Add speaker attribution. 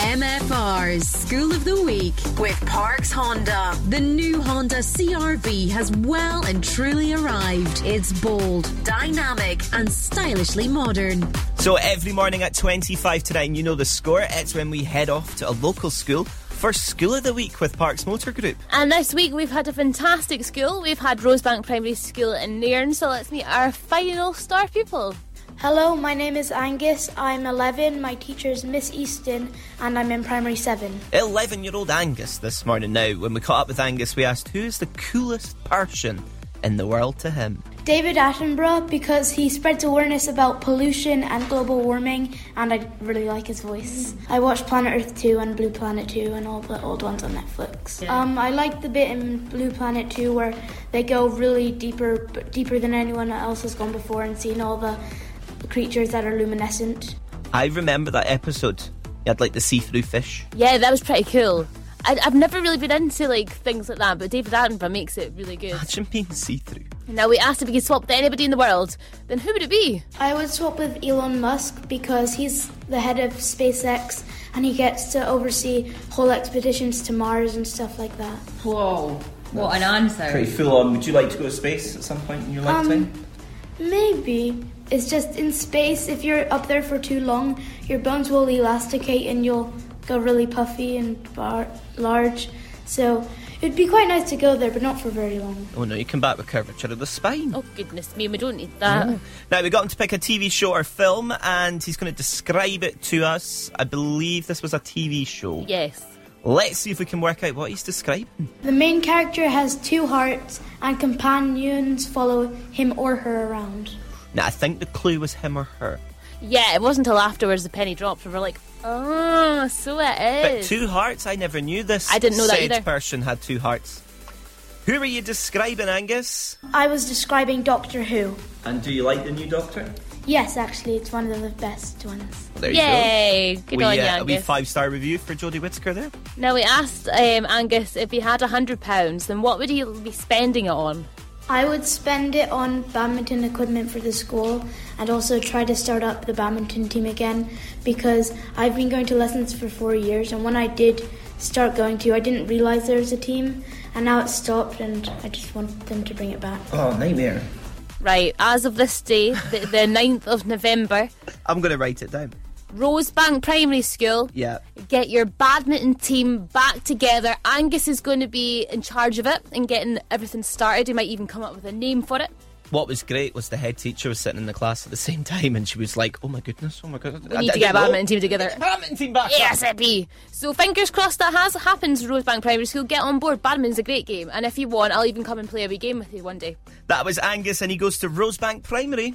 Speaker 1: MFR's School of the Week with Parks Honda. The new Honda CRV has well and truly arrived. It's bold, dynamic, and stylishly modern.
Speaker 2: So every morning at 25 to 9, you know the score. It's when we head off to a local school. First school of the week with Parks Motor Group.
Speaker 3: And this week we've had a fantastic school. We've had Rosebank Primary School in Nairn, so let's meet our final star pupil.
Speaker 4: Hello, my name is Angus. I'm 11. My teacher is Miss Easton, and I'm in primary 7.
Speaker 2: 11 year old Angus this morning. Now, when we caught up with Angus, we asked who is the coolest person in the world to him?
Speaker 4: David Attenborough, because he spreads awareness about pollution and global warming, and I really like his voice. I watched Planet Earth 2 and Blue Planet 2 and all the old ones on Netflix. Um, I like the bit in Blue Planet 2 where they go really deeper, deeper than anyone else has gone before, and seeing all the creatures that are luminescent.
Speaker 2: I remember that episode. You had like the see through fish.
Speaker 3: Yeah, that was pretty cool. I, I've never really been into like things like that, but David Attenborough makes it really good.
Speaker 2: Imagine being see through.
Speaker 3: Now we asked if we could swap to anybody in the world, then who would it be?
Speaker 4: I would swap with Elon Musk because he's the head of SpaceX and he gets to oversee whole expeditions to Mars and stuff like that.
Speaker 5: Whoa, what an answer.
Speaker 2: Pretty full on. Would you like to go to space at some point in your lifetime?
Speaker 4: Um, Maybe. It's just in space, if you're up there for too long, your bones will elasticate and you'll go really puffy and bar- large. So it'd be quite nice to go there, but not for very long.
Speaker 2: oh no, you come back with curvature of the spine.
Speaker 3: Oh goodness me, we don't need that.
Speaker 2: Uh, Now, we got him to pick a TV show or film, and he's going to describe it to us. I believe this was a TV show.
Speaker 3: Yes.
Speaker 2: Let's see if we can work out what he's describing.
Speaker 4: The main character has two hearts, and companions follow him or her around.
Speaker 2: Now, I think the clue was him or her.
Speaker 3: Yeah, it wasn't until afterwards the penny dropped and we're like, oh, so it
Speaker 2: But
Speaker 3: is.
Speaker 2: two hearts? I never knew this.
Speaker 3: I didn't know that
Speaker 2: said
Speaker 3: either.
Speaker 2: person had two hearts. Who are you describing, Angus?
Speaker 4: I was describing Doctor Who.
Speaker 2: And do you like the new Doctor?
Speaker 4: Yes, actually, it's one of the best ones.
Speaker 2: There
Speaker 3: Yay!
Speaker 2: you
Speaker 3: Good
Speaker 2: go.
Speaker 3: on
Speaker 2: We,
Speaker 3: you,
Speaker 2: uh, a wee
Speaker 3: Angus.
Speaker 2: five star review for Jodie Whittaker there.
Speaker 3: Now we asked um, Angus if he had a hundred pounds, then what would he be spending it on?
Speaker 4: I would spend it on badminton equipment for the school and also try to start up the badminton team again because I've been going to lessons for four years and when I did start going to, I didn't realize there was a team and now it's stopped and I just want them to bring it back.
Speaker 2: Oh, nightmare.
Speaker 3: Right, as of this day, the, the 9th of November,
Speaker 2: I'm going to write it down.
Speaker 3: Rosebank Primary School,
Speaker 2: Yeah.
Speaker 3: get your badminton team back together. Angus is going to be in charge of it and getting everything started. He might even come up with a name for it.
Speaker 2: What was great was the head teacher was sitting in the class at the same time and she was like, oh my goodness, oh my goodness.
Speaker 3: We need to get a badminton team together.
Speaker 2: Badminton team back.
Speaker 3: Yes, it be. So fingers crossed that has happens. Rosebank Primary School, get on board. Badminton's a great game, and if you want, I'll even come and play a wee game with you one day.
Speaker 2: That was Angus and he goes to Rosebank Primary.